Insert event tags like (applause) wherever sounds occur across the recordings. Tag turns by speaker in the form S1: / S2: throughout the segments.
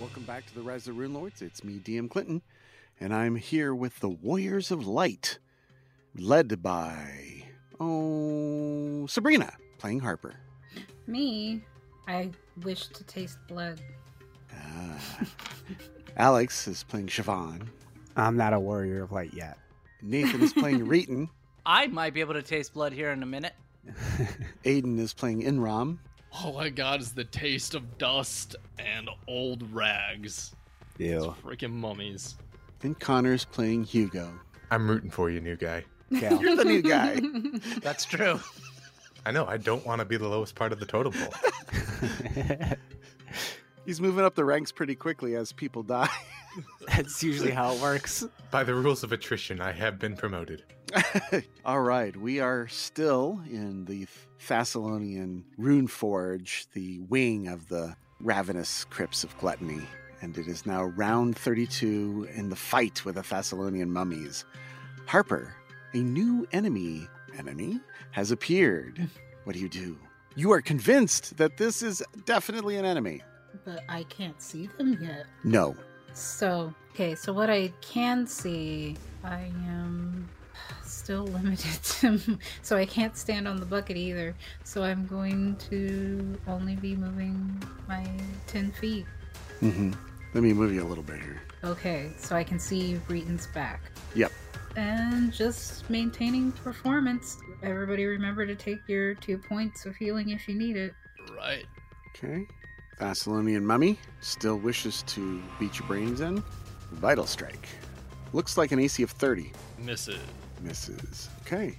S1: Welcome back to the Rise of the Rune Lords. It's me, DM Clinton, and I'm here with the Warriors of Light, led by oh Sabrina playing Harper.
S2: Me, I wish to taste blood.
S1: Ah. Alex is playing Siobhan.
S3: I'm not a warrior of light yet.
S1: Nathan is playing Reeton.
S4: I might be able to taste blood here in
S3: (laughs)
S4: a minute.
S1: Aiden is playing Inram.
S5: All I got is the taste of dust and old rags. It's
S3: Ew.
S5: freaking mummies.
S1: And Connor is playing Hugo.
S6: I'm rooting for you, new guy.
S3: Cal.
S1: You're the new guy.
S4: That's true. (laughs)
S6: I know, I don't want to be the lowest part of the totem (laughs) pole.
S1: He's moving up the ranks pretty quickly as people die.
S3: That's usually how it works.
S6: By the rules of attrition, I have been promoted.
S1: All right, we are still in the Thessalonian Rune Forge, the wing of the ravenous crypts of gluttony, and it is now round 32 in the fight with the Thessalonian mummies. Harper, a new enemy enemy has appeared. What do you do? You are convinced that this is definitely an enemy.
S2: But I can't see them yet.
S1: No,
S2: So, okay, so what I can see, I am still (laughs) limited to. So I can't stand on the bucket either. So I'm going to only be moving my 10 feet.
S1: Mm-hmm. Let me move you a little bit here.
S2: Okay, so I can see Reeton's back.
S1: Yep.
S2: And just maintaining performance. Everybody remember to take your two points of healing if you need it.
S5: Right.
S1: Okay. Thessalonian mummy still wishes to beat your brains in. Vital strike. Looks like an AC of 30.
S5: Miss it.
S1: Misses. Okay.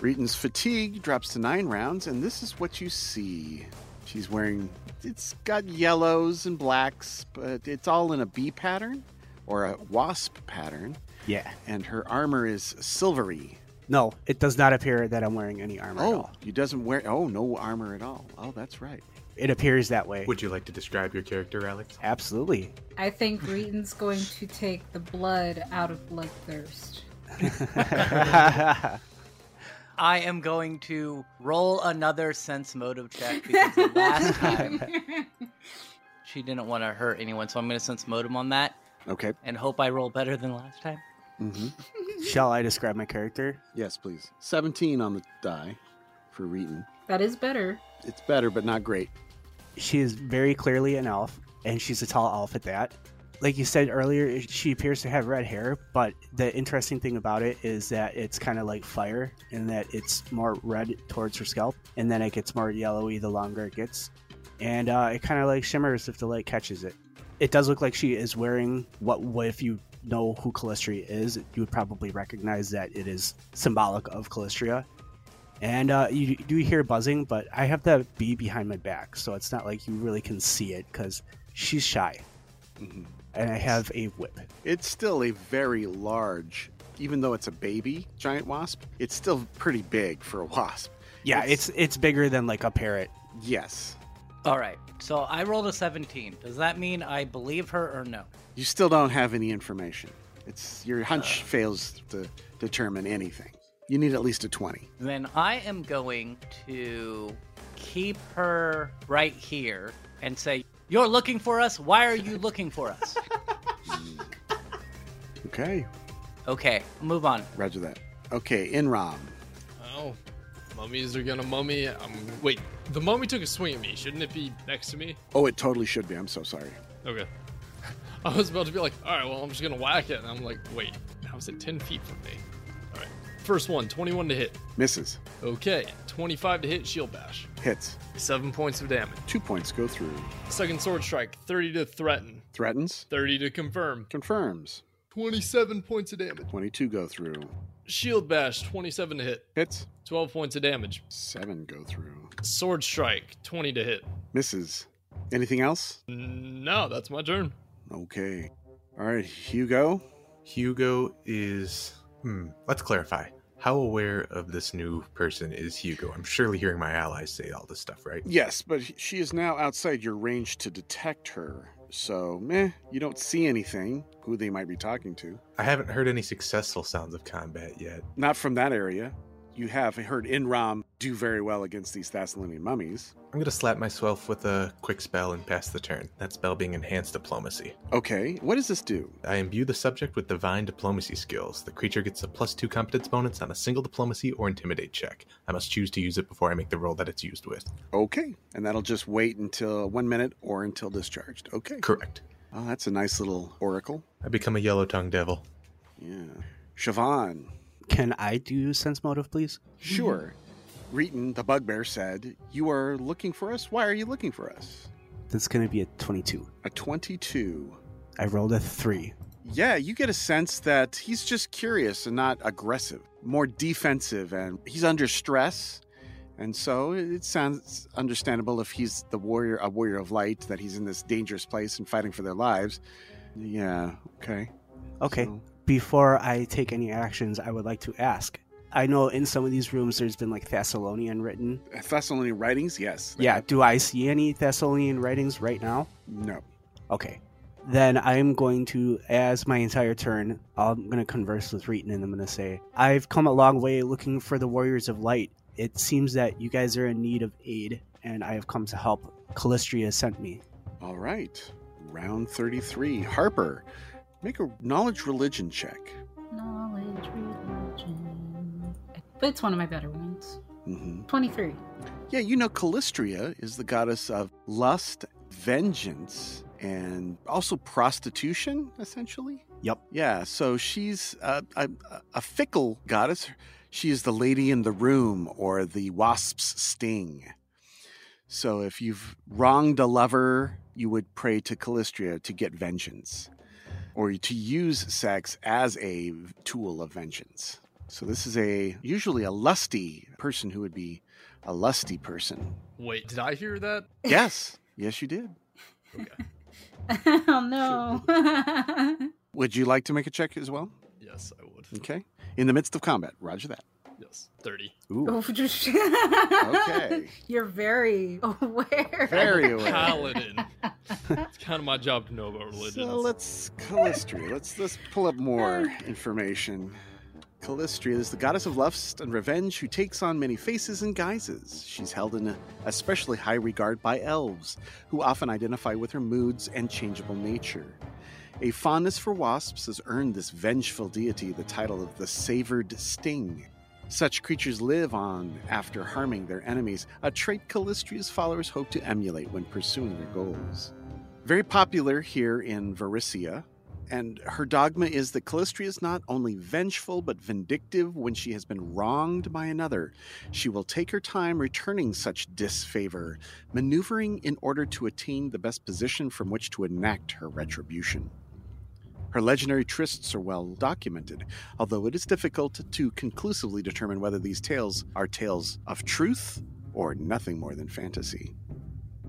S1: Reeton's fatigue drops to nine rounds, and this is what you see. She's wearing, it's got yellows and blacks, but it's all in a bee pattern or a wasp pattern,
S3: Yeah.
S1: and her armor is silvery.
S3: No, it does not appear that I'm wearing any armor at
S1: Oh,
S3: all.
S1: you doesn't wear, oh, no armor at all. Oh, that's right.
S3: It appears that way.
S6: Would you like to describe your character, Alex?
S3: Absolutely.
S2: I think Reeton's going to take the blood out of Bloodthirst.
S4: I am going to roll another sense motive check because the
S3: (laughs)
S4: last time she didn't want to hurt anyone, so I'm going to sense motive on that
S1: Okay.
S4: and hope I roll better than last time.
S1: Mm-hmm.
S3: Shall I describe my character?
S1: Yes, please. 17 on the die for Reeton.
S2: that is better.
S1: It's better, but not great.
S3: She is very clearly an elf, and she's a tall elf at that. Like you said earlier, she appears to have red hair, but the interesting thing about it is that it's kind of like fire, and that it's more red towards her scalp, and then it gets more yellowy the longer it gets. And uh, it kind of like shimmers if the light catches it. It does look like she is wearing what, what if you know who Calistria is, you would probably recognize that it is symbolic of Calistria. And uh, you do hear buzzing, but I have the bee behind my back, so it's not like you really can see it because she's shy. Mm-hmm.
S1: Mhm.
S3: And I have a whip.
S1: It's still a very large, even though it's a baby giant wasp, it's still pretty big for a wasp.
S3: Yeah,
S1: It's-
S3: it's it's, bigger than like a parrot.
S1: Yes.
S4: All right, so I rolled a 17. Does that mean I believe her or no?
S1: You still don't have any information. It's your hunch fails to determine anything. You need at least a 20.
S4: Then I am going to keep her right here and say, You're looking for us? Why are you looking for
S3: (laughs)
S4: us?
S1: Okay.
S4: okay, move on.
S1: Roger that. Okay, Inram.
S5: Oh. Mummies are gonna mummy. I'm wait. The mummy took a swing at me. Shouldn't it be next to me?
S1: Oh, it totally should be. I'm so sorry.
S5: Okay. (laughs) I was about to be like, all right, well, I'm just gonna whack it, and I'm like, wait, how is it 10 feet from me? All right. First one, 21 to hit.
S1: Misses.
S5: Okay. 25 to hit. Shield bash.
S1: Hits.
S5: Seven points of damage.
S1: Two points go through.
S5: Second sword strike. 30 to threaten.
S1: Threatens.
S5: 30 to confirm.
S1: Confirms.
S5: 27 points of damage.
S1: 22 go through.
S5: Shield bash. 27 to hit.
S1: Hits.
S5: 12 points of damage.
S1: Seven go through.
S5: Sword strike, 20 to hit.
S1: Misses. Anything else?
S5: No, that's my turn.
S1: Okay. All right, Hugo.
S6: Hugo is. Hmm, let's clarify. How aware of this new person is Hugo? I'm surely hearing my allies say all this stuff, right?
S1: Yes, but she is now outside your range to detect her. So, meh, you don't see anything who they might be talking to.
S6: I haven't heard any successful sounds of combat yet.
S1: Not from that area. You have heard Inram do very well against these Thessalonian mummies.
S6: I'm gonna slap myself with a quick spell and pass the turn. That spell being enhanced diplomacy.
S1: Okay, what does this do?
S6: I imbue the subject with divine diplomacy skills. The creature gets a plus two competence bonus on a single diplomacy or intimidate check. I must choose to use it before I make the roll that it's used with.
S1: Okay, and that'll just wait until one minute or until discharged. Okay.
S6: Correct.
S1: Oh, that's a nice little oracle.
S6: I become a yellow tongued devil.
S1: Yeah. Siobhan,
S3: Can I do sense motive, please?
S1: sure. Reeton, the bugbear, said, You are looking for us? Why are you looking for us?
S3: That's going to be a 22.
S1: A 22.
S3: I rolled a 3.
S1: Yeah, you get a sense that he's just curious and not aggressive, more defensive, and he's under stress. And so it it sounds understandable if he's the warrior, a warrior of light, that he's in this dangerous place and fighting for their lives. Yeah, okay.
S3: Okay.
S1: So-
S3: Before I take any actions, I would like to ask. I know in some of these rooms there's been like Thessalonian written.
S1: Thessalonian writings, yes.
S3: Yeah, do I see any Thessalonian writings right now?
S1: No.
S3: Okay. Then I'm going to, as my entire turn, I'm going to converse with Reeton and I'm going to say, I've come a long way looking for the Warriors of Light. It seems that you guys are in need of aid, and I have come to help. Callistria sent me.
S1: All right. Round 33. Harper, make a knowledge religion check.
S2: Knowledge, religion. But it's one of my better ones.
S1: hmm
S2: 23.
S1: Yeah, you know, Callistria is the goddess of lust, vengeance, and also prostitution, essentially.
S3: Yep.
S1: Yeah, so she's a, a, a fickle goddess. She is the lady in the room or the wasp's sting. So if you've wronged a lover, you would pray to Callistria to get vengeance or to use sex as a tool of vengeance. So this is a usually a lusty person who would be a lusty person.
S5: Wait, did I hear that?
S1: Yes, yes, you did.
S2: (laughs) oh (laughs) no.
S1: Would you like to make a check as well?
S5: Yes, I would.
S1: Okay. In the midst of combat, Roger that.
S5: Yes, 30.
S1: Ooh,
S2: Oh, just-
S1: Okay.
S2: (laughs) You're very aware. (laughs)
S1: very aware.
S5: Paladin. it's kind of my job to know about religion.
S1: So let's Callistria. Let's let's pull up more information. Callistria is the goddess of lust and revenge who takes on many faces and guises. She's held in a especially high regard by elves, who often identify with her moods and changeable nature. A fondness for wasps has earned this vengeful deity the title of the Savored Sting. Such creatures live on after harming their enemies, a trait Callistria's followers hope to emulate when pursuing their goals very popular here in Varicia. And her dogma is that Callistria is not only vengeful but vindictive when she has been wronged by another. She will take her time returning such disfavor, maneuvering in order to attain the best position from which to enact her retribution. Her legendary trysts are well documented, although it is difficult to conclusively determine whether these tales are tales of truth or nothing more than fantasy.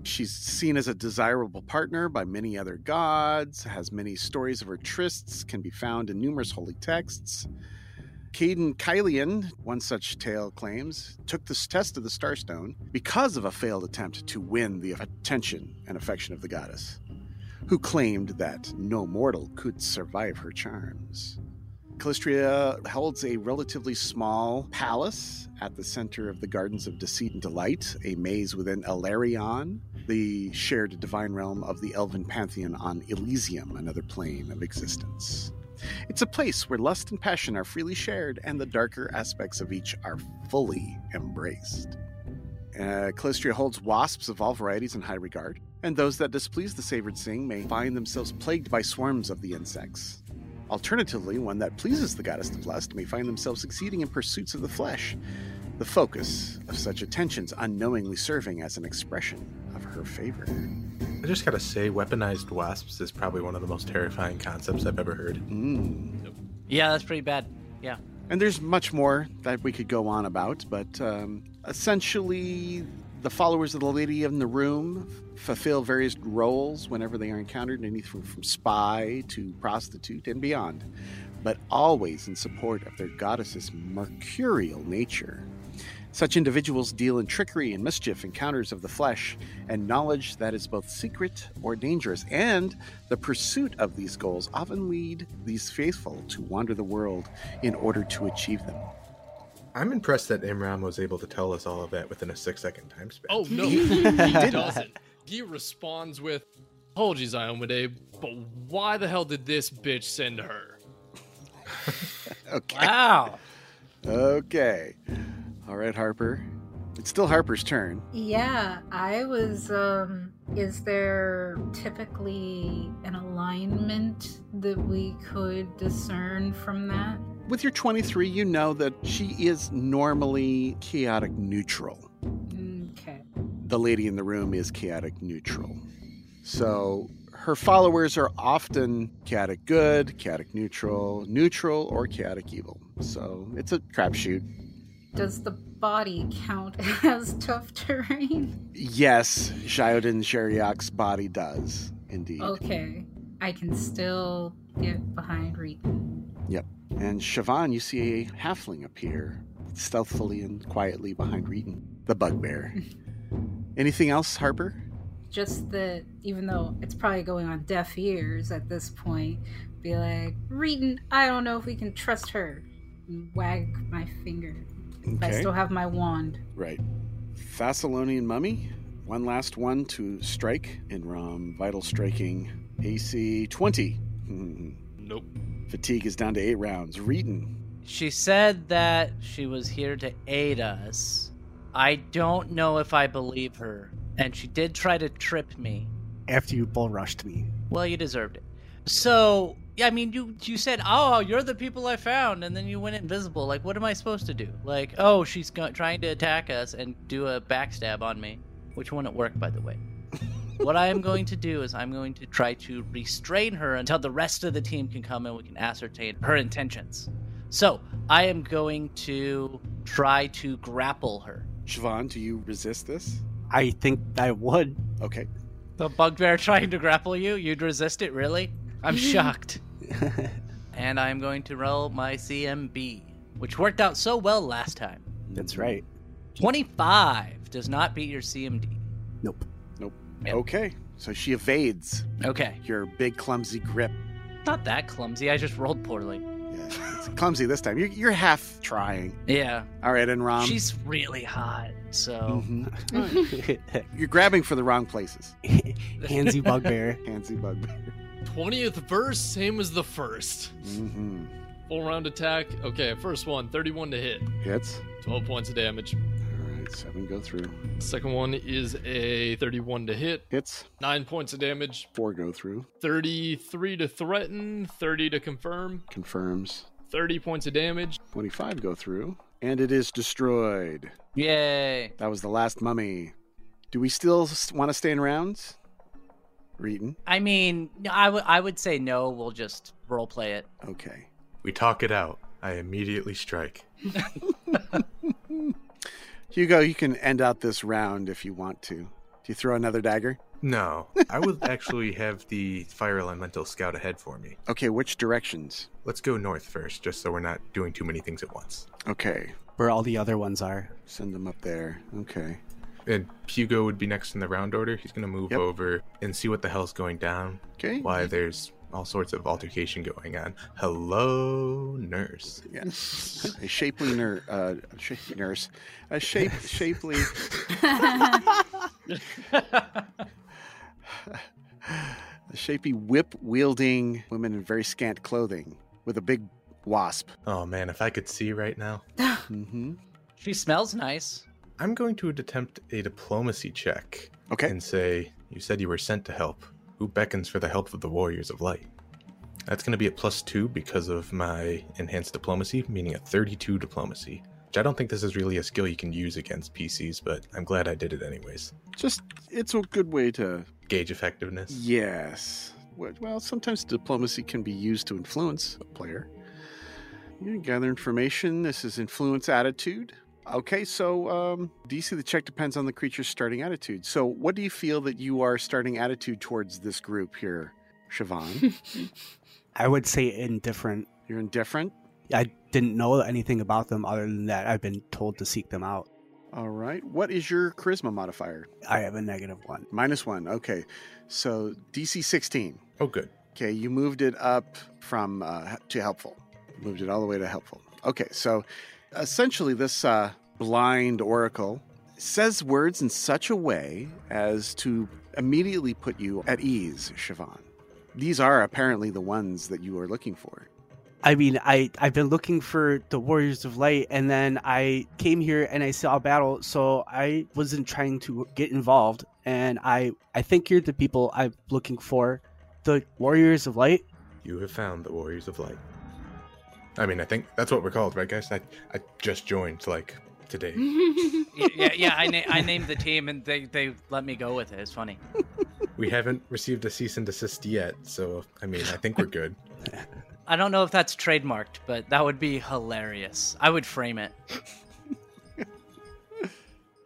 S1: She's seen as a desirable partner by many other gods, has many stories of her trysts, can be found in numerous holy texts. Caden Kylian, one such tale claims, took this test of the Starstone because of a failed attempt to win the attention and affection of the goddess, who claimed that no mortal could survive her charms. Callistria holds a relatively small palace at the center of the Gardens of Deceit and Delight, a maze within Elarion, the shared divine realm of the Elven Pantheon on Elysium, another plane of existence. It's a place where lust and passion are freely shared and the darker aspects of each are fully embraced. Uh, Calistria holds wasps of all varieties in high regard, and those that displease the Savored Sing may find themselves plagued by swarms of the insects. Alternatively, one that pleases the goddess of lust may find themselves succeeding in pursuits of the flesh, the focus of such attentions unknowingly serving as an expression of her favor.
S6: I just gotta say, weaponized wasps is probably one of the most terrifying concepts I've ever heard.
S1: Mm.
S4: Yeah, that's pretty bad.
S1: And there's much more that we could go on about, but um, essentially, the followers of the Lady in the Room fulfill various roles whenever they are encountered, anything from spy to prostitute and beyond. but always in support of their goddess's mercurial nature. Such individuals deal in trickery and mischief, encounters of the flesh, and knowledge that is both secret or dangerous. And the pursuit of these goals often lead these faithful to wander the world in order to achieve them.
S6: I'm impressed that Imram was able to tell us all of that within a six second time span.
S5: Oh no, he doesn't. He responds with, "Apologies, Iomade, but why the hell did this bitch send her?"
S1: Okay.
S4: Wow.
S1: Okay. All right, Harper. It's still Harper's turn.
S2: Yeah, I was. Um, is there typically an alignment that we could discern from that?
S1: With your 23, you know that she is normally chaotic neutral.
S2: Mm, Okay.
S1: The lady in the room is chaotic neutral. So her followers are often chaotic good, chaotic neutral, neutral, or chaotic evil. So it's a crapshoot.
S2: Does the body count (laughs) as tough terrain?
S1: Yes, Shiodin Sheriak's body does, indeed.
S2: Okay. I can still get behind Regan.
S1: And Siobhan, you see a halfling appear stealthily and quietly behind Reeton, the bugbear. Anything else, Harper?
S2: Just that, even though it's probably going on deaf ears at this point, be like, Regan, I don't know if we can trust her. And wag my finger. I still have my wand. (laughs)
S1: Right. Thessalonian Mummy, one last one to strike in ROM. Vital striking. AC 20. Hmm.
S5: Nope.
S1: (laughs) Fatigue is down to eight rounds. Reeton.
S4: She said that she was here to aid us. I don't know if I believe her. And she did try to trip me.
S3: After you bull rushed me.
S4: Well, you deserved it. So, yeah, I mean, you you said, "Oh, you're the people I found," and then you went invisible. Like, what am I supposed to do? Like, oh, she's go- trying to attack us and do a backstab on me, which wouldn't work, by the way. what I am going to do is I'm going to try to restrain her until the rest of the team can come and we can ascertain her intentions. So, I am going to try to grapple her.
S1: Siobhan, do you resist this?
S3: I think I would. (laughs)
S1: Okay.
S4: The bugbear trying to grapple you? You'd resist it, really? I'm shocked. and I'm going to roll my CMB, which worked out so well last time.
S3: That's right.
S4: 25 does not beat your CMD.
S3: Nope.
S4: Yep.
S1: Okay. So she evades
S4: Okay.
S1: your big clumsy grip.
S4: Not that clumsy. I just rolled poorly.
S1: Yeah, it's clumsy this time. You're, you're half trying.
S4: Yeah.
S1: All right, and Rom.
S4: She's really hot. So.
S1: Mhm. You're grabbing for the wrong places.
S3: Handsy bugbear.
S1: Handsy bugbear.
S5: Twentieth verse, same as the first.
S1: Mm-hmm.
S5: Full round attack. Okay, first one, 31 to hit,
S1: Hits.
S5: 12 points of damage.
S1: All right, seven go through.
S5: Second one is a 31 to hit,
S1: Hits.
S5: nine points of damage.
S1: Four go through.
S5: 33 to threaten, 30 to confirm,
S1: Confirms.
S5: 30 points of damage.
S1: 25 go through. And it is destroyed.
S4: Yay.
S1: That was the last mummy. Do we still want to stay in rounds? Reeton?
S4: I mean, I would I would say no. We'll just roleplay it.
S1: Okay.
S6: We talk it out. I immediately strike.
S1: Hugo, you can end out this round if you want to. Do you throw another dagger?
S6: No, I will actually have the fire elemental scout ahead for me.
S1: Okay, which directions?
S6: Let's go north first, just so we're not doing too many things at once.
S1: Okay.
S3: Where all the other ones are.
S1: Send them up there. Okay.
S6: And Hugo would be next in the round order. He's going to move
S1: Yep.
S6: over and see what the hell's going down.
S1: Okay.
S6: Why there's all sorts of altercation going on. Hello, nurse.
S1: Yes. A shapely ner- uh, a shapely nurse. A shape shapely a shapely whip wielding woman in very scant clothing with a big wasp.
S6: Oh man, if I could see right now.
S1: hmm
S4: She smells nice.
S6: I'm going to attempt a diplomacy check
S1: Okay.
S6: and say, You said you were sent to help. Who beckons for the help of the warriors of light? That's going to be at plus two because of my enhanced diplomacy, meaning a 32 diplomacy, which I don't think this is really a skill you can use against PCs, but I'm glad I did it anyways.
S1: Just it's a good way to
S6: Gauge effectiveness.
S1: Yes. Well- Well, sometimes diplomacy can be used to influence a player. You gather information. This is influence attitude. Okay, so um, DC the check depends on the creature's starting attitude. So, what do you feel that you are starting attitude towards this group here, Siobhan?
S3: I would say indifferent.
S1: You're indifferent?
S3: I didn't know anything about them other than that I've been told to seek them out.
S1: All right. What is your charisma modifier?
S3: I have a negative one.
S1: Minus one. Okay. So DC 16.
S6: Oh, good.
S1: Okay, you moved it up from uh, to helpful. Moved it all the way to helpful. Okay, so essentially, this uh, blind oracle says words in such a way as to immediately put you at ease, Siobhan. These are apparently the ones that you are looking for.
S3: I mean, I I've been looking for the Warriors of Light, and then I came here and I saw a battle, so I wasn't trying to get involved. And I I think you're the people I'm looking for, the Warriors of Light.
S6: You have found the Warriors of Light. I mean, I think that's what we're called, right, guys? I, I just joined, like, today.
S2: Hmm.
S4: yeah, yeah. I, na- I named the team, and they they let me go with it. It's funny.
S6: we haven't received a cease and desist yet, so, I mean, I think we're good.
S4: I don't know if that's trademarked, but that would be hilarious. I would frame it.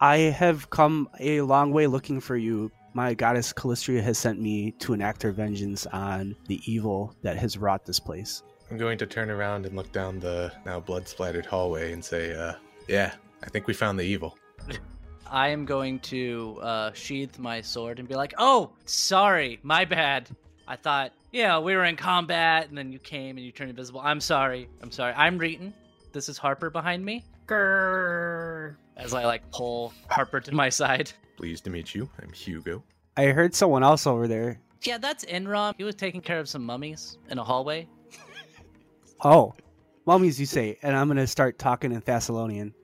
S3: I have come a long way looking for you. My goddess Callistria has sent me to enact her vengeance on the evil that has wrought this place.
S6: I'm going to turn around and look down the now blood splattered hallway and say, uh, yeah, I think we found the evil.
S4: I am going to uh, sheath my sword and be like, "Oh, sorry, my bad. I thought, yeah, we were in combat, and then you came and you turned invisible. I'm sorry. I'm sorry. I'm Reeton. This is Harper behind me."
S2: Grrr.
S4: As I like pull Harper to my side. (laughs)
S6: Pleased to meet you. I'm Hugo.
S3: I heard someone else over there.
S4: Yeah, that's Enrom. He was taking care of some mummies in a hallway.
S3: Oh, mummies, you say, and I'm gonna start talking in Thessalonian.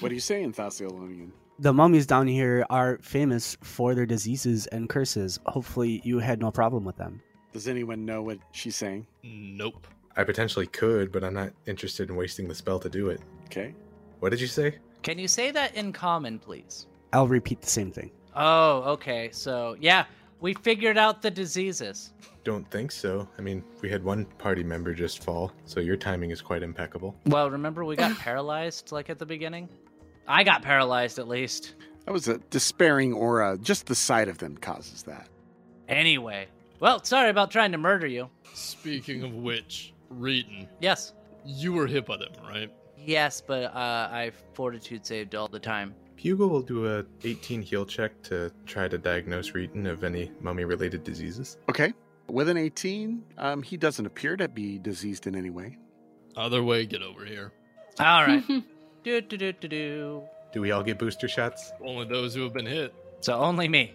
S1: What do you say in Thessalonian?
S3: The mummies down here are famous for their diseases and curses. Hopefully, you had no problem with them.
S1: Does anyone know what she's saying?
S5: Nope.
S6: I potentially could, but I'm not interested in wasting the spell to do it.
S1: Okay.
S6: What did you say?
S4: Can you say that in common, please?
S3: I'll repeat the same thing.
S4: Oh, okay. So, yeah, we figured out the diseases.
S6: Don't think so. I mean, we had one party member just fall, so your timing is quite impeccable.
S4: Well, remember we got paralyzed like at the beginning? I got paralyzed at least.
S1: That was a despairing aura. Just the sight of them causes that.
S4: Anyway. Well, sorry about trying to murder you.
S5: Speaking of which, Reeton,
S4: Yes.
S5: you were hit by them, right?
S4: Yes, but uh, I fortitude saved all the time.
S6: Hugo will do a 18 heal check to try to diagnose Reeton of any mummy related diseases.
S1: Okay. With an 18, um, he doesn't appear to be diseased in any way.
S5: Other way, get over here.
S4: All right. do do do do do.
S6: Do we all get booster shots?
S5: Only those who have been hit.
S4: So only me.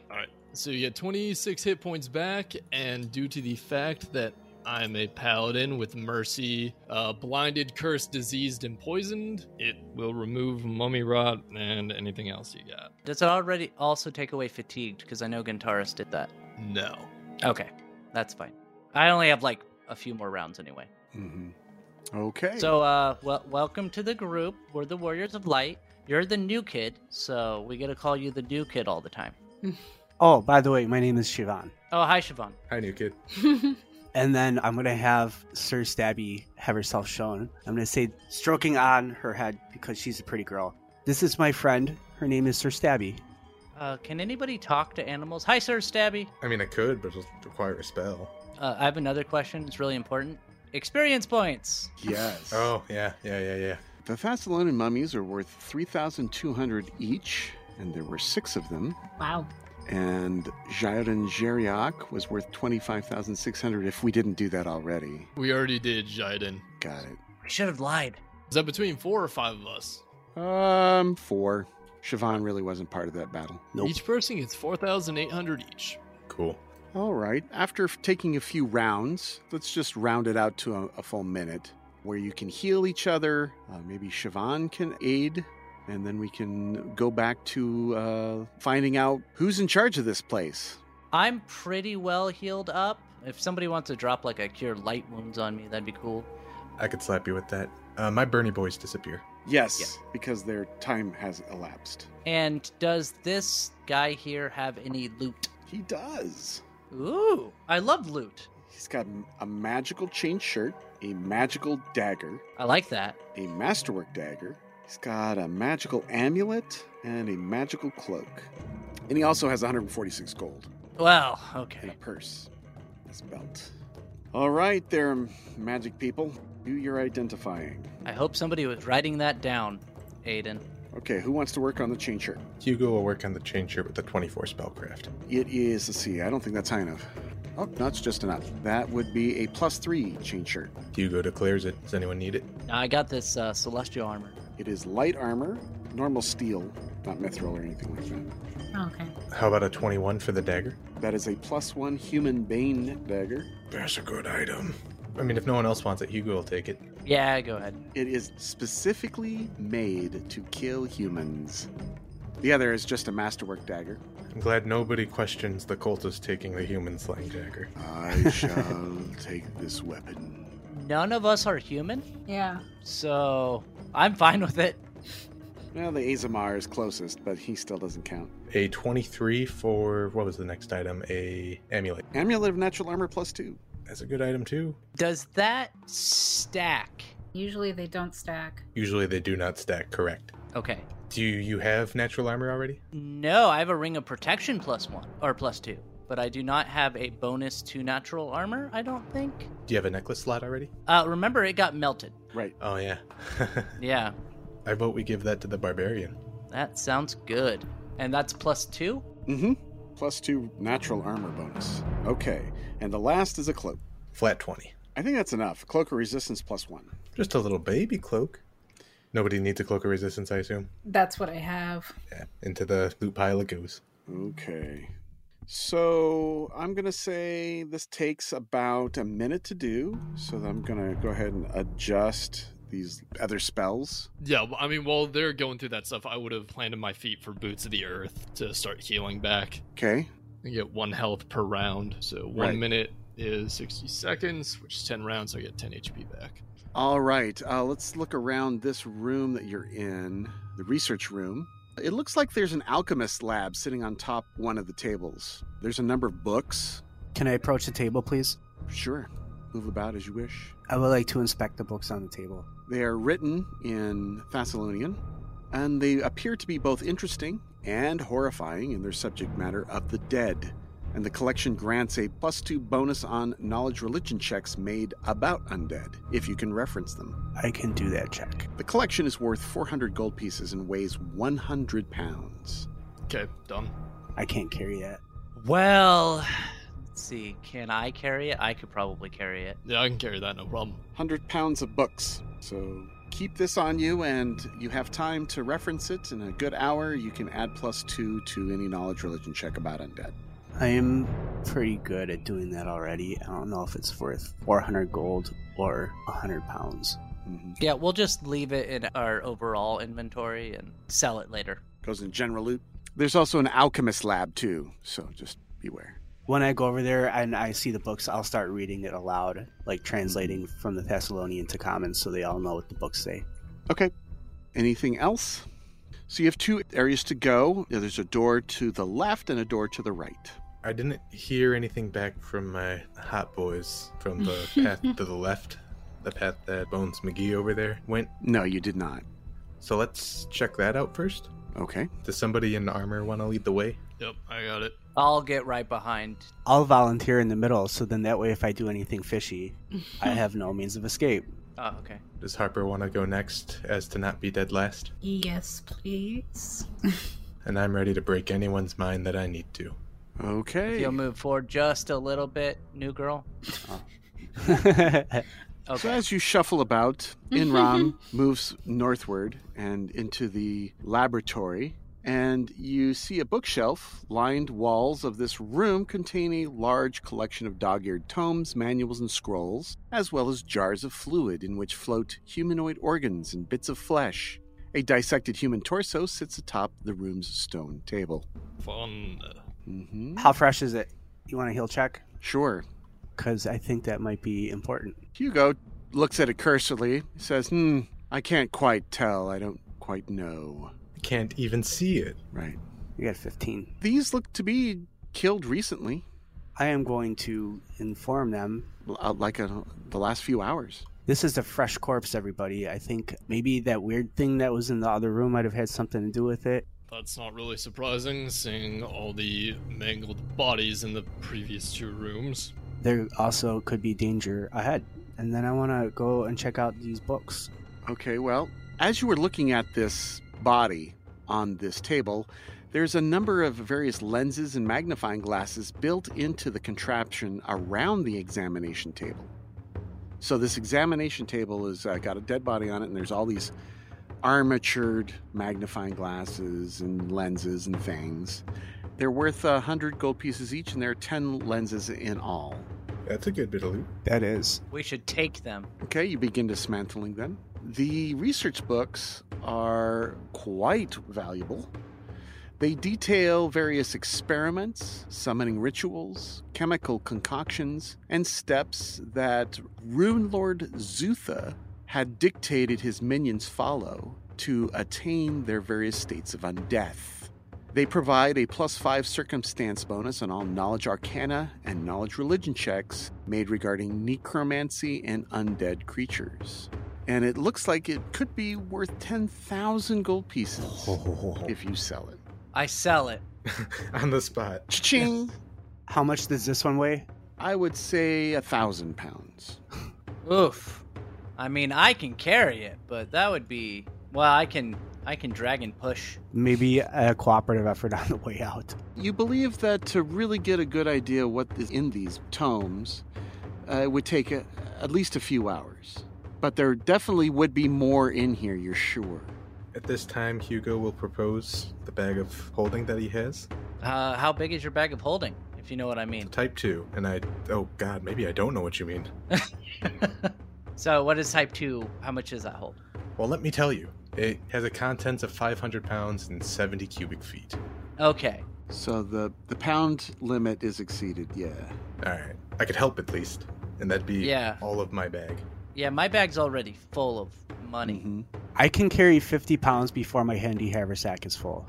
S5: So you get 26 hit points back, and due to the fact that I'm a paladin with mercy, uh, blinded, cursed, diseased, and poisoned, it will remove mummy rot and anything else you got.
S4: Does it already also take away fatigued? Because I know Gentaris did that.
S5: No.
S4: Okay, that's fine. I only have like a few more rounds anyway.
S1: Mm-hmm. Okay.
S4: So, uh, well, welcome to the group. We're the Warriors of Light. You're the new kid, so we gotta call you the new kid all the time.
S3: Oh, by the way, my name is Shivan.
S4: Oh, hi, Siobhan.
S6: Hi, new kid.
S3: And then I'm gonna have Sir Stabby have herself shown. I'm gonna say, stroking on her head because she's a pretty girl. This is my friend. Her name is Sir Stabby.
S4: Uh, can anybody talk to animals? Hi, Sir Stabby.
S6: I mean, I could, but it'll require a spell.
S4: Uh, I have another question. It's really important. Experience points.
S1: yes.
S6: Oh, yeah, yeah, yeah, yeah.
S1: The Thessalonian mummies are worth 3,200 each, and there were six of them.
S2: Wow.
S1: And Jairin Jeriak was worth 25,600 if we didn't do that already.
S5: We already did, Jaiden.
S1: Got it.
S4: I should have lied.
S5: Is that between four or five of us?
S1: Um, four. Siobhan really wasn't part of that battle.
S3: Nope.
S5: Each person gets 4,800 each.
S6: Cool.
S1: All right. After f- taking a few rounds, let's just round it out to a, a full minute where you can heal each other. Uh, maybe Siobhan can aid, and then we can go back to uh, finding out who's in charge of this place.
S4: I'm pretty well healed up. If somebody wants to drop like a cure light wounds on me, that'd be cool.
S6: I could slap you with that. Uh, my Bernie boys disappear.
S1: Yes, because their time has elapsed.
S4: And does this guy here have any loot?
S1: He does.
S4: Ooh, I love loot.
S1: He's got m- a magical chain shirt, a magical dagger,
S4: I like that.
S1: a masterwork dagger. He's got a magical amulet and a magical cloak. And he also has 146 gold
S4: Well,
S1: and a
S4: okay.
S1: purse. His belt. All right, there, magic people. Do your identifying.
S4: I hope somebody was writing that down, Aiden.
S1: Okay, who wants to work on the chain shirt?
S6: Hugo will work on the chain shirt with the 24 spellcraft.
S1: It is, let's see, I don't think that's high enough. Oh, no, it's just enough. That would be a plus three chain shirt.
S6: Hugo declares it. Does anyone need it?
S4: Now, I got this uh, celestial armor.
S1: It is light armor, normal steel, not mithril or anything like that.
S2: Okay.
S6: How about a 21 for the dagger?
S1: That is a plus one human bane dagger.
S6: That's a good item. I mean, if no one else wants it, Hugo will take it.
S4: Yeah, go ahead.
S1: It is specifically made to kill humans. The other is just a masterwork dagger.
S6: I'm glad nobody questions the cultist taking the human slang dagger.
S1: I shall take this weapon.
S4: None of us are human,
S2: Yeah.
S4: so I'm fine with it.
S1: Well, the Azamar is closest, but he still doesn't count.
S6: A 23 for what was the next item? A amulet.
S1: Amulet of Natural Armor plus two.
S6: That's a good item too.
S4: Does that stack?
S2: Usually they don't stack.
S6: Usually they do not stack. Correct.
S4: Okay.
S6: Do you have natural armor already?
S4: No, I have a ring of protection plus one or plus two, but I do not have a bonus to natural armor. I don't think.
S6: Do you have a necklace slot already?
S4: Uh, remember, it got melted.
S1: Right.
S6: Oh yeah.
S4: Yeah,
S6: (laughs) I vote we give that to the barbarian.
S4: that sounds good. And that's plus two.
S1: Mm-hmm. Plus two natural armor bonus. Okay. And the last is a cloak.
S6: Flat 20.
S1: I think that's enough. Cloak of resistance plus one.
S6: Just a little baby cloak. Nobody needs a cloak of resistance, I assume.
S2: That's what I have.
S6: Yeah. Into the loot pile it goes.
S1: Okay. So I'm going to say this takes about a minute to do. So I'm going to go ahead and adjust these other spells.
S5: Yeah, well, I mean, while they're going through that stuff, I would have planted my feet for Boots of the Earth to start healing back.
S1: Okay.
S5: I get one health per round, so one
S1: Right.
S5: minute is 60 seconds, which is 10 rounds, so I get 10 HP back.
S1: All right. Uh, let's look around this room that you're in, the research room. It looks like there's an alchemist lab sitting on top one of the tables. There's a number of books.
S3: Can I approach the table, please?
S1: Sure. Move about as you wish.
S3: I would like to inspect the books on the table.
S1: They are written in Thessalonian, and they appear to be both interesting and horrifying in their subject matter of the dead. And the collection grants a plus two bonus on knowledge religion checks made about undead, if you can reference them.
S3: I can do that check.
S1: The collection is worth 400 gold pieces and weighs 100 pounds.
S5: Okay, done.
S3: I can't carry that.
S4: Well, let's see. Can I carry it? I could probably carry it.
S5: Yeah, I can carry that, no problem.
S1: 100 pounds of books. So keep this on you, and you have time to reference it. In a good hour, you can add plus two to any knowledge religion check about undead.
S3: I am pretty good at doing that already. I don't know if it's worth 400 gold or 100 pounds.
S1: hmm
S4: Yeah, we'll just leave it in our overall inventory and sell it later.
S1: goes in general loot. There's also an alchemist lab too, so just beware.
S3: When I go over there and I see the books, I'll start reading it aloud, like translating from the Thessalonian to Common so they all know what the books say.
S1: Okay. Anything else? So you have two areas to go. Yeah, There's a door to the left and a door to the right.
S6: I didn't hear anything back from my hot boys from (laughs) the path to the left, the path that Bones McGee over there went.
S1: No, you did not.
S6: So let's check that out first.
S1: Okay.
S6: Does somebody in armor want to lead the way?
S5: Yep, I got it.
S4: I'll get right behind.
S3: I'll volunteer in the middle so then that way if I do anything fishy, I have no means of escape. (laughs)
S4: Oh, okay.
S6: Does Harper want to go next as to not be dead last?
S2: yes, please.
S6: And I'm ready to break anyone's mind that I need to.
S1: Okay.
S4: If you'll move forward just a little bit, new girl.
S1: So
S4: Okay.
S1: as you shuffle about, Inram moves northward and into the laboratory, and you see a bookshelf lined walls of this room contain a large collection of dog-eared tomes, manuals, and scrolls, as well as jars of fluid in which float humanoid organs and bits of flesh. A dissected human torso sits atop the room's stone table.
S5: Fun.
S1: hmm
S3: How fresh is it? You want a heal check?
S1: Sure.
S3: Because I think that might be important.
S1: Hugo looks at it cursorily, says, "Hmm, I can't quite tell. I don't quite know."
S6: Can't even see it.
S1: Right.
S3: You got 15.
S1: These look to be killed recently,
S3: I am going to inform them.
S1: l- uh, like uh the last few hours.
S3: This is a fresh corpse, everybody. I think maybe that weird thing that was in the other room might have had something to do with it.
S5: That's not really surprising, seeing all the mangled bodies in the previous two rooms.
S3: there also could be danger ahead. And then I want to go and check out these books.
S1: Okay, well, as you were looking at this body on this table, there's a number of various lenses and magnifying glasses built into the contraption around the examination table. So, this examination table has uh, got a dead body on it, and there's all these armatured magnifying glasses and lenses and things. They're worth a 100 gold pieces each, and there are 10 lenses in all.
S6: That's a good bit of loot. (laughs)
S3: That is.
S4: We should take them.
S1: Okay, you begin dismantling them. The research books are quite valuable. They detail various experiments, summoning rituals, chemical concoctions, and steps that Rune Lord Zutha had dictated his minions follow to attain their various states of undeath. They provide a plus five circumstance bonus on all knowledge arcana and knowledge religion checks made regarding necromancy and undead creatures. And it looks like it could be worth 10,000 gold pieces
S6: Oh.
S1: if you sell it.
S4: I sell it.
S6: On the spot.
S1: Ching!
S3: How much does this one weigh?
S1: I would say a thousand pounds.
S4: Oof. I mean, I can carry it, but that would be well. I can I can drag and push.
S3: Maybe a cooperative effort (laughs) on the way out.
S1: You believe that to really get a good idea what is in these tomes, uh, it would take a, at least a few hours. But there definitely would be more in here, you're sure.
S6: (laughs) At this time, Hugo will propose the bag of holding that he has.
S4: Uh, how big is your bag of holding? If you know what I
S6: (laughs)
S4: mean.
S6: Type 2, and I. Oh, God, maybe I don't know what you mean.
S4: so what is type two? How much does that hold?
S6: Well, let me tell you. It has a contents of 500 pounds and 70 cubic feet.
S4: Okay.
S1: So the, the pound limit is exceeded, yeah.
S6: All right. I could help at least, and that'd be
S4: Yeah.
S6: all of my bag.
S4: Yeah, my bag's already full of money.
S1: Mhm.
S3: I can carry 50 pounds before my handy haversack is full.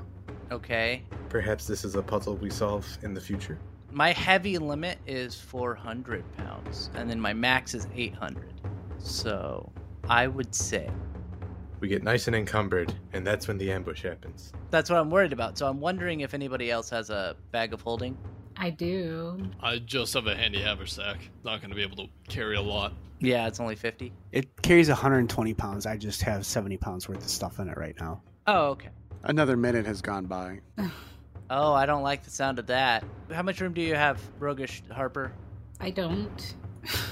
S4: Okay.
S6: Perhaps this is a puzzle we solve in the future.
S4: My heavy limit is 400 pounds, and then my max is 800. So I would say
S6: We get nice and encumbered, and that's when the ambush happens.
S4: that's what I'm worried about. So I'm wondering if anybody else has a bag of holding.
S2: I do.
S5: I just have a handy haversack. Not going to be able to carry a lot.
S4: Yeah, it's only 50.
S3: It carries 120 pounds. I just have 70 pounds worth of stuff in it right now.
S4: Oh, okay.
S1: Another minute has gone by.
S4: Oh, I don't like the sound of that. How much room do you have, Roguish Harper?
S2: I don't. (laughs)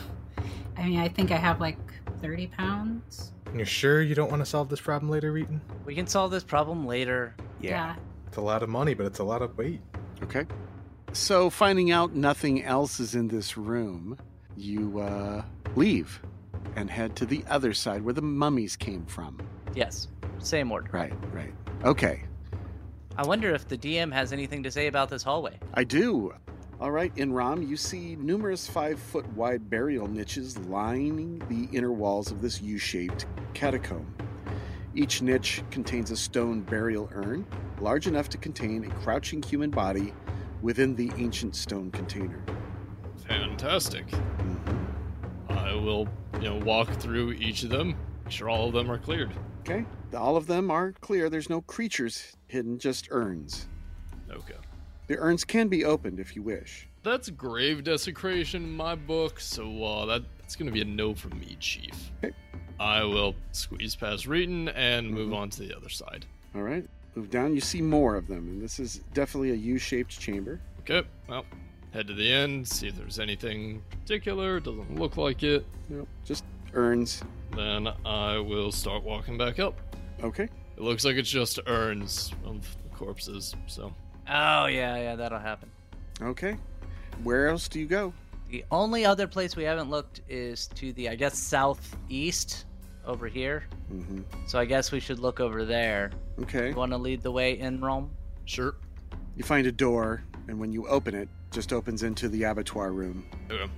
S2: I mean, I think I have like 30 pounds.
S6: You're sure you don't want to solve this problem later, Reeton?
S4: We can solve this problem later.
S6: It's a lot of money, but it's a lot of weight.
S1: Okay. So, finding out nothing else is in this room, you uh, leave and head to the other side where the mummies came from.
S4: Yes, same order.
S1: Right, right. Okay,
S4: I wonder if the DM has anything to say about this hallway.
S1: I do. All right, in Ram, you see numerous five foot wide burial niches lining the inner walls of this U shaped catacomb. Each niche contains a stone burial urn large enough to contain a crouching human body within the ancient stone container.
S5: Fantastic.
S1: Mhm.
S5: I will, you know, walk through each of them, make sure all of them are cleared.
S1: Okay. All of them are clear. There's no creatures hidden, just urns.
S5: Okay.
S1: The urns can be opened if you wish.
S5: That's grave desecration in my book, so uh, that, that's going to be a no from me, Chief.
S1: Okay.
S5: I will squeeze past Reeton and move
S1: Mhm.
S5: on to the other side.
S1: All right. Move down. You see more of them. And this is definitely a U shaped chamber.
S5: Okay, well, head to the end, see if there's anything particular. Doesn't look like it.
S1: Nope. Just urns.
S5: Then I will start walking back up.
S1: Okay.
S5: It looks like it's just urns of corpses, so.
S4: Oh, yeah, yeah, that'll happen.
S1: Okay. Where else do you go?
S4: The only other place we haven't looked is to the, I guess, southeast over here.
S1: Mm-hmm.
S4: So I guess we should look over there.
S1: Okay.
S4: You want to lead the way in Rome?
S5: Sure.
S1: You find a door, and when you open it, just opens into the abattoir room.
S5: Okay.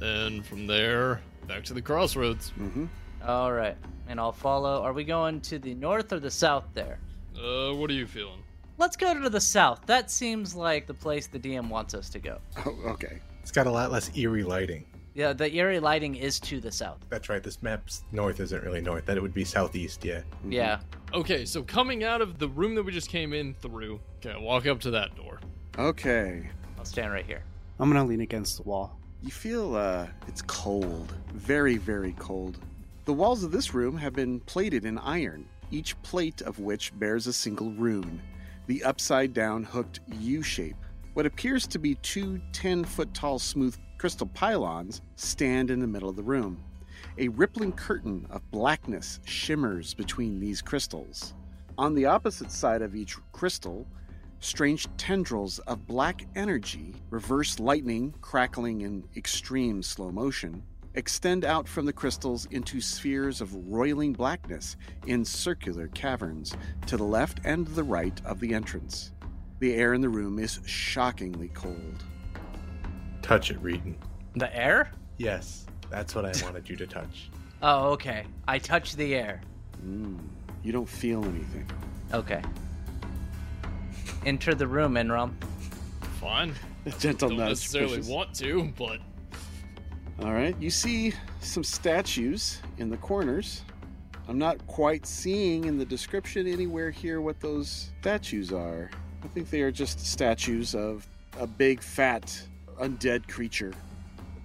S5: Then from there, back to the crossroads.
S1: Mm-hmm.
S4: All right. And I'll follow. Are we going to the north or the south there?
S5: Uh, what are you feeling?
S4: Let's go to the south. That seems like the place the DM wants us to go.
S1: Oh, okay.
S6: It's got a lot less eerie lighting.
S4: Yeah, the eerie lighting is to the south.
S6: That's right, this map's north isn't really north. That it would be southeast, yeah.
S1: Mhm.
S4: Yeah.
S5: Okay, so coming out of the room that we just came in through, okay, walk up to that door.
S1: Okay.
S4: I'll stand right here.
S3: I'm going to lean against the wall.
S1: You feel uh, it's cold, very, very cold. The walls of this room have been plated in iron, each plate of which bears a single rune, the upside down hooked U shape. What appears to be two 10 foot tall smooth crystal pylons stand in the middle of the room. A rippling curtain of blackness shimmers between these crystals. On the opposite side of each crystal, strange tendrils of black energy, reverse lightning crackling in extreme slow motion, extend out from the crystals into spheres of roiling blackness in circular caverns to the left and the right of the entrance. The air in the room is shockingly cold.
S6: Touch it, Reedon.
S4: The air?
S6: Yes, that's what I (laughs) wanted you to touch.
S4: Oh, okay. I touch the air.
S1: Mm, you don't feel anything. (laughs)
S4: Okay. Enter the room, Enrom.
S5: Fine.
S1: Gentle,
S5: Don't
S1: not
S5: necessarily
S1: suspicious.
S5: want to, but
S1: All right, you see some statues in the corners. I'm not quite seeing in the description anywhere here what those statues are. I think they are just statues of a big, fat, undead creature.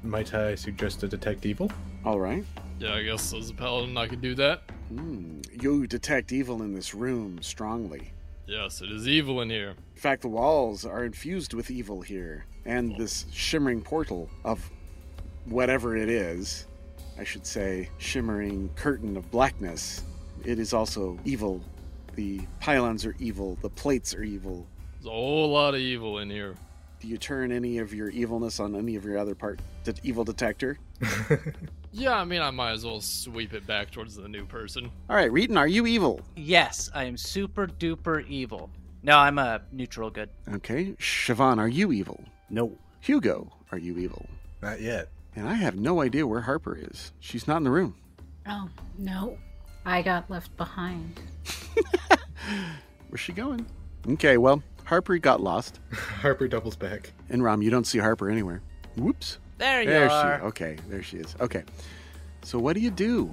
S6: Might I suggest to detect evil?
S1: All right.
S5: yeah, I guess as a paladin I could do that.
S1: Hmm. You detect evil in this room strongly.
S5: Yes, it is evil in here.
S1: In fact, the walls are infused with evil here, and this shimmering portal of whatever it is, I should say, shimmering curtain of blackness, it is also evil. The pylons are evil, the plates are evil.
S5: There's a whole lot of evil in here.
S1: Do you turn any of your evilness on any of your other part, the evil detector?
S5: Yeah, I mean, I might as well sweep it back towards the new person.
S1: All right, Reeton, are you evil?
S4: Yes, I am super duper evil. No, I'm a neutral good.
S1: Okay. Siobhan, are you evil?
S3: No.
S1: Hugo, are you evil?
S6: Not yet.
S1: And I have no idea where Harper is. She's not in the room.
S2: Oh, no. I got left behind.
S1: Where's she going? Okay, well, Harper got lost.
S6: Harper doubles back.
S1: And Rom, you don't see Harper anywhere. Whoops.
S4: There you
S1: There
S4: are.
S1: she Okay, there she is. Okay. So what do you do?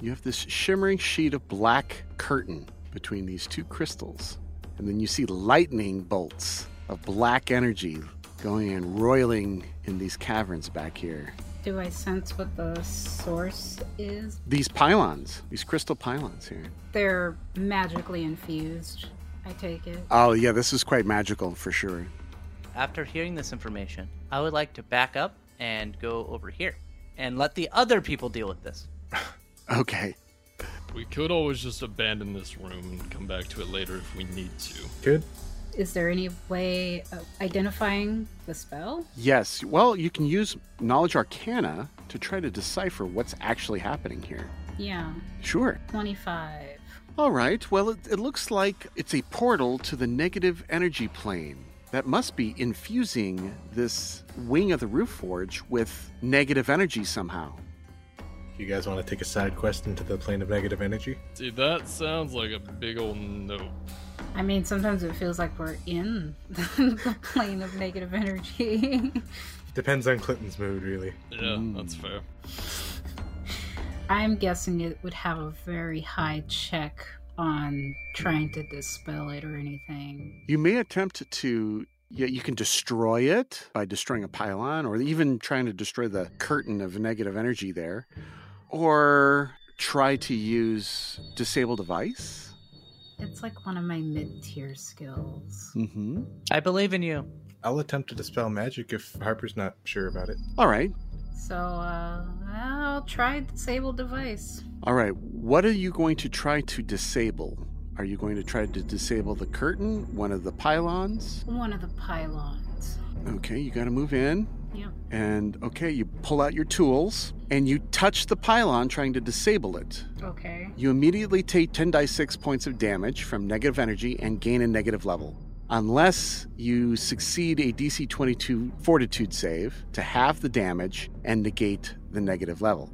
S1: You have this shimmering sheet of black curtain between these two crystals. And then you see lightning bolts of black energy going and roiling in these caverns back here.
S2: Do I sense what the source is?
S1: These pylons, these crystal pylons here.
S2: They're magically infused, I take it.
S1: Oh, yeah, this is quite magical for sure.
S4: After hearing this information, I would like to back up and go over here and let the other people deal with this.
S1: Okay.
S5: We could always just abandon this room and come back to it later if we need to.
S6: Good.
S2: Is there any way of identifying the spell?
S1: Yes. Well, you can use Knowledge Arcana to try to decipher what's actually happening here.
S2: Yeah,
S1: Sure.
S2: 25.
S1: All right. Well, it, it looks like it's a portal to the negative energy plane that must be infusing this wing of the roof forge with negative energy somehow.
S6: You guys want to take a side quest into the plane of negative energy?
S5: See, that sounds like a big old no.
S2: I mean, sometimes it feels like we're in (laughs) the plane of negative energy. (laughs)
S6: Depends on Clinton's mood, really.
S5: Yeah, that's fair.
S2: I'm guessing it would have a very high check on trying to dispel it or anything.
S1: You may attempt to. Yeah, you can destroy it by destroying a pylon or even trying to destroy the curtain of negative energy there. Or try to use disable device.
S2: It's like one of my mid tier skills.
S1: Mm-hmm.
S4: I believe in you.
S6: I'll attempt to dispel magic if Harper's not sure about it.
S1: All right.
S2: So, uh, I'll try disable device.
S1: All right. What are you going to try to disable? Are you going to try to disable the curtain, one of the pylons?
S2: One of the pylons.
S1: Okay, you got to move in.
S2: Yep.
S1: And okay, you pull out your tools and you touch the pylon trying to disable it.
S2: Okay.
S1: You immediately take 10 die 6 points of damage from negative energy and gain a negative level. Unless you succeed a DC 22 fortitude save to halve the damage and negate the negative level.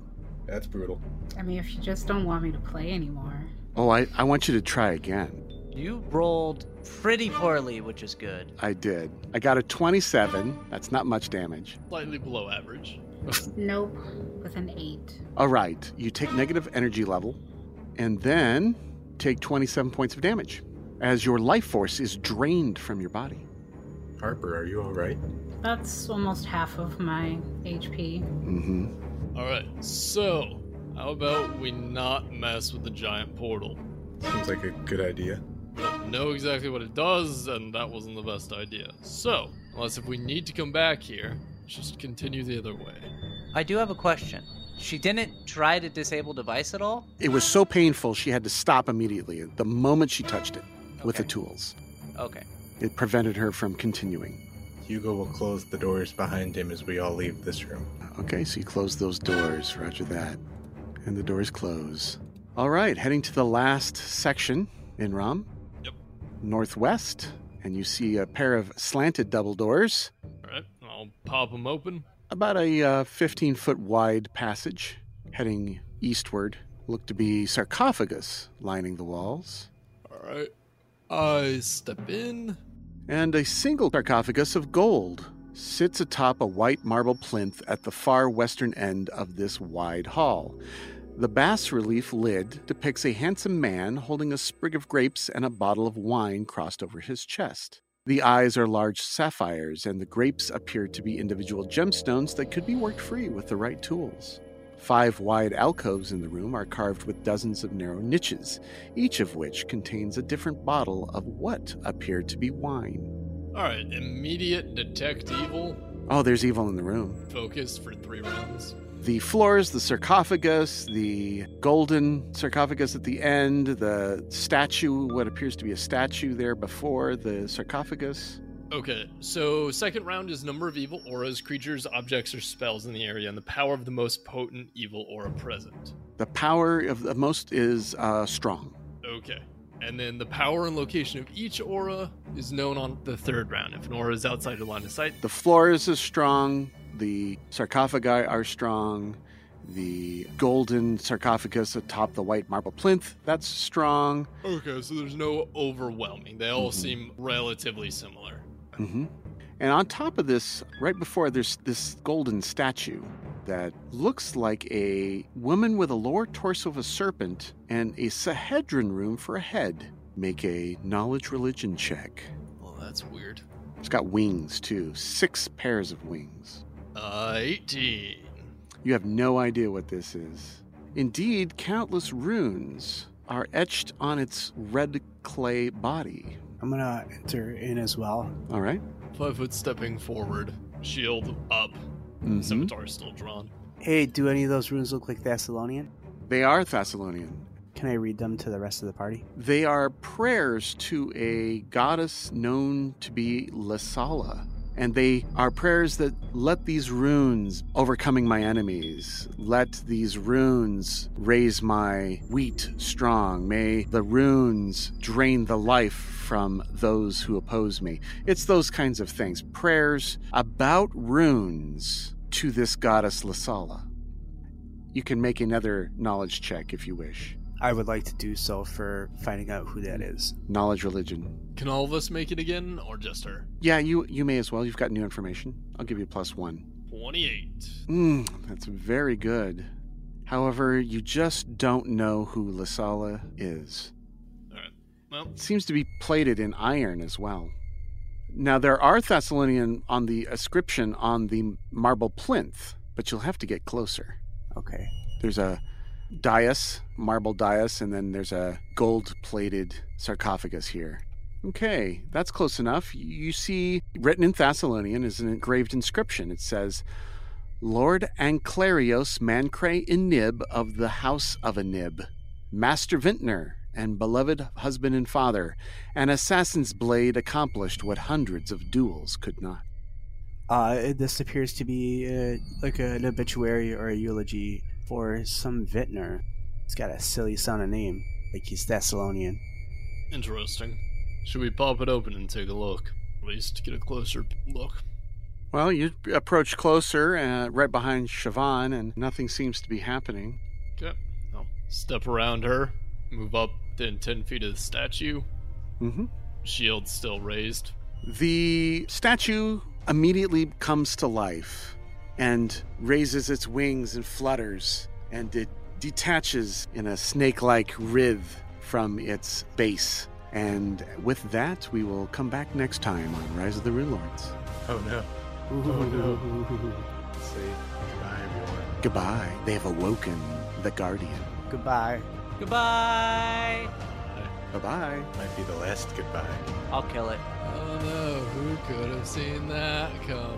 S6: That's brutal.
S2: I mean, if you just don't want me to play anymore.
S1: Oh, I, I want you to try again.
S4: You rolled pretty poorly, which is good.
S1: I did. I got a 27. That's not much damage.
S5: Slightly below average.
S2: Nope. With an 8.
S1: All right, you take negative energy level and then take 27 points of damage as your life force is drained from your body.
S6: Harper, are you all right?
S2: That's almost half of my HP.
S1: Mm-hmm.
S5: All right, so how about we not mess with the giant portal?
S6: Seems like a good idea.
S5: We don't know exactly what it does, and that wasn't the best idea. So, unless if we need to come back here, let's just continue the other way.
S4: I do have a question. She didn't try to disable device at all?
S1: It was so painful she had to stop immediately the moment she touched it with the
S4: Okay.
S1: tools.
S4: Okay.
S1: It prevented her from continuing.
S6: Hugo will close the doors behind him as we all leave this room.
S1: Okay, so you close those doors. Roger that. And the doors close. All right, heading to the last section in Rom.
S5: Yep.
S1: Northwest, and you see a pair of slanted double doors,
S5: All right, I'll pop them open.
S1: about a uh, 15 foot wide passage heading eastward. Look to be sarcophagus lining the walls,
S5: All right, I step in.
S1: and a single sarcophagus of gold sits atop a white marble plinth at the far western end of this wide hall. The bas relief lid depicts a handsome man holding a sprig of grapes and a bottle of wine crossed over his chest. The eyes are large sapphires, and the grapes appear to be individual gemstones that could be worked free with the right tools. Five wide alcoves in the room are carved with dozens of narrow niches, each of which contains a different bottle of what appear to be wine.
S5: All right, immediate detect evil.
S1: Oh, there's evil in the room.
S5: Focus for three rounds.
S1: the floors, the sarcophagus, the golden sarcophagus at the end, the statue, what appears to be a statue there before the sarcophagus.
S5: Okay, so second round is number of evil auras, creatures, objects, or spells in the area, and the power of the most potent evil aura present.
S1: The power of the most is uh, strong.
S5: Okay. And then the power and location of each aura is known on the third round. If an aura is outside your line of sight,
S1: The floors is strong. The sarcophagi are strong. The golden sarcophagus atop the white marble plinth, that's strong.
S5: okay, so there's no overwhelming. They all
S1: Mhm.
S5: seem relatively similar.
S1: hmm And on top of this, right before there's this golden statue that looks like a woman with a lower torso of a serpent and a sahedron room for a head. Make a knowledge religion check.
S5: Well, that's weird.
S1: It's got wings too, six pairs of wings.
S5: Uh, 18.
S1: You have no idea what this is. Indeed, countless runes are etched on its red clay body.
S3: I'm gonna enter in as well.
S1: All right.
S5: Five foot stepping forward, shield up,
S1: Mhm.
S5: scimitar still drawn.
S3: Hey, do any of those runes look like Thessalonian?
S1: They are Thessalonian.
S3: Can I read them to the rest of the party?
S1: They are prayers to a goddess known to be Lasala. And they are prayers that let these runes overcoming my enemies, let these runes raise my wheat strong. May the runes drain the life from those who oppose me. It's those kinds of things. Prayers about runes to this goddess Lasala. You can make another knowledge check if you wish.
S3: I would like to do so for finding out who that is.
S1: Knowledge religion.
S5: Can all of us make it again, or just her?
S1: Yeah, you you may as well. You've got new information. I'll give you a plus one.
S5: 28.
S1: Mm, that's very good. However, you just don't know who Lasala is.
S5: Well,
S1: It seems to be plated in iron as well. Now there are Thessalonian on the inscription on the marble plinth, but you'll have to get closer.
S3: Okay.
S1: There's a dais, marble dais, and then there's a gold plated sarcophagus here. Okay, that's close enough. You see, written in Thessalonian is an engraved inscription. It says, Lord Anclarios Mancre Inib of the House of Inib, Master Vintner and beloved husband and father, an assassin's blade accomplished what hundreds of duels could not.
S3: Uh, this appears to be uh, like an obituary or a eulogy for some vintner. He's got a silly sounding name, like he's Thessalonian.
S5: interesting. Should we pop it open and take a look? At least get a closer look.
S1: Well, you approach closer, uh, right behind Siobhan, and nothing seems to be happening.
S5: Okay. I'll step around her, move up then 10 feet of the statue,
S1: hmm
S5: shield still raised.
S1: The statue immediately comes to life and raises its wings and flutters, and it detaches in a snake like writhe from its base And with that, we will come back next time on Rise of the Rune Lords.
S6: Oh no. Say goodbye, everyone.
S1: Goodbye. They have awoken the Guardian.
S3: Goodbye.
S4: Goodbye.
S1: Bye bye.
S6: Might be the last goodbye.
S4: I'll kill it.
S5: Oh no, who could have seen that come?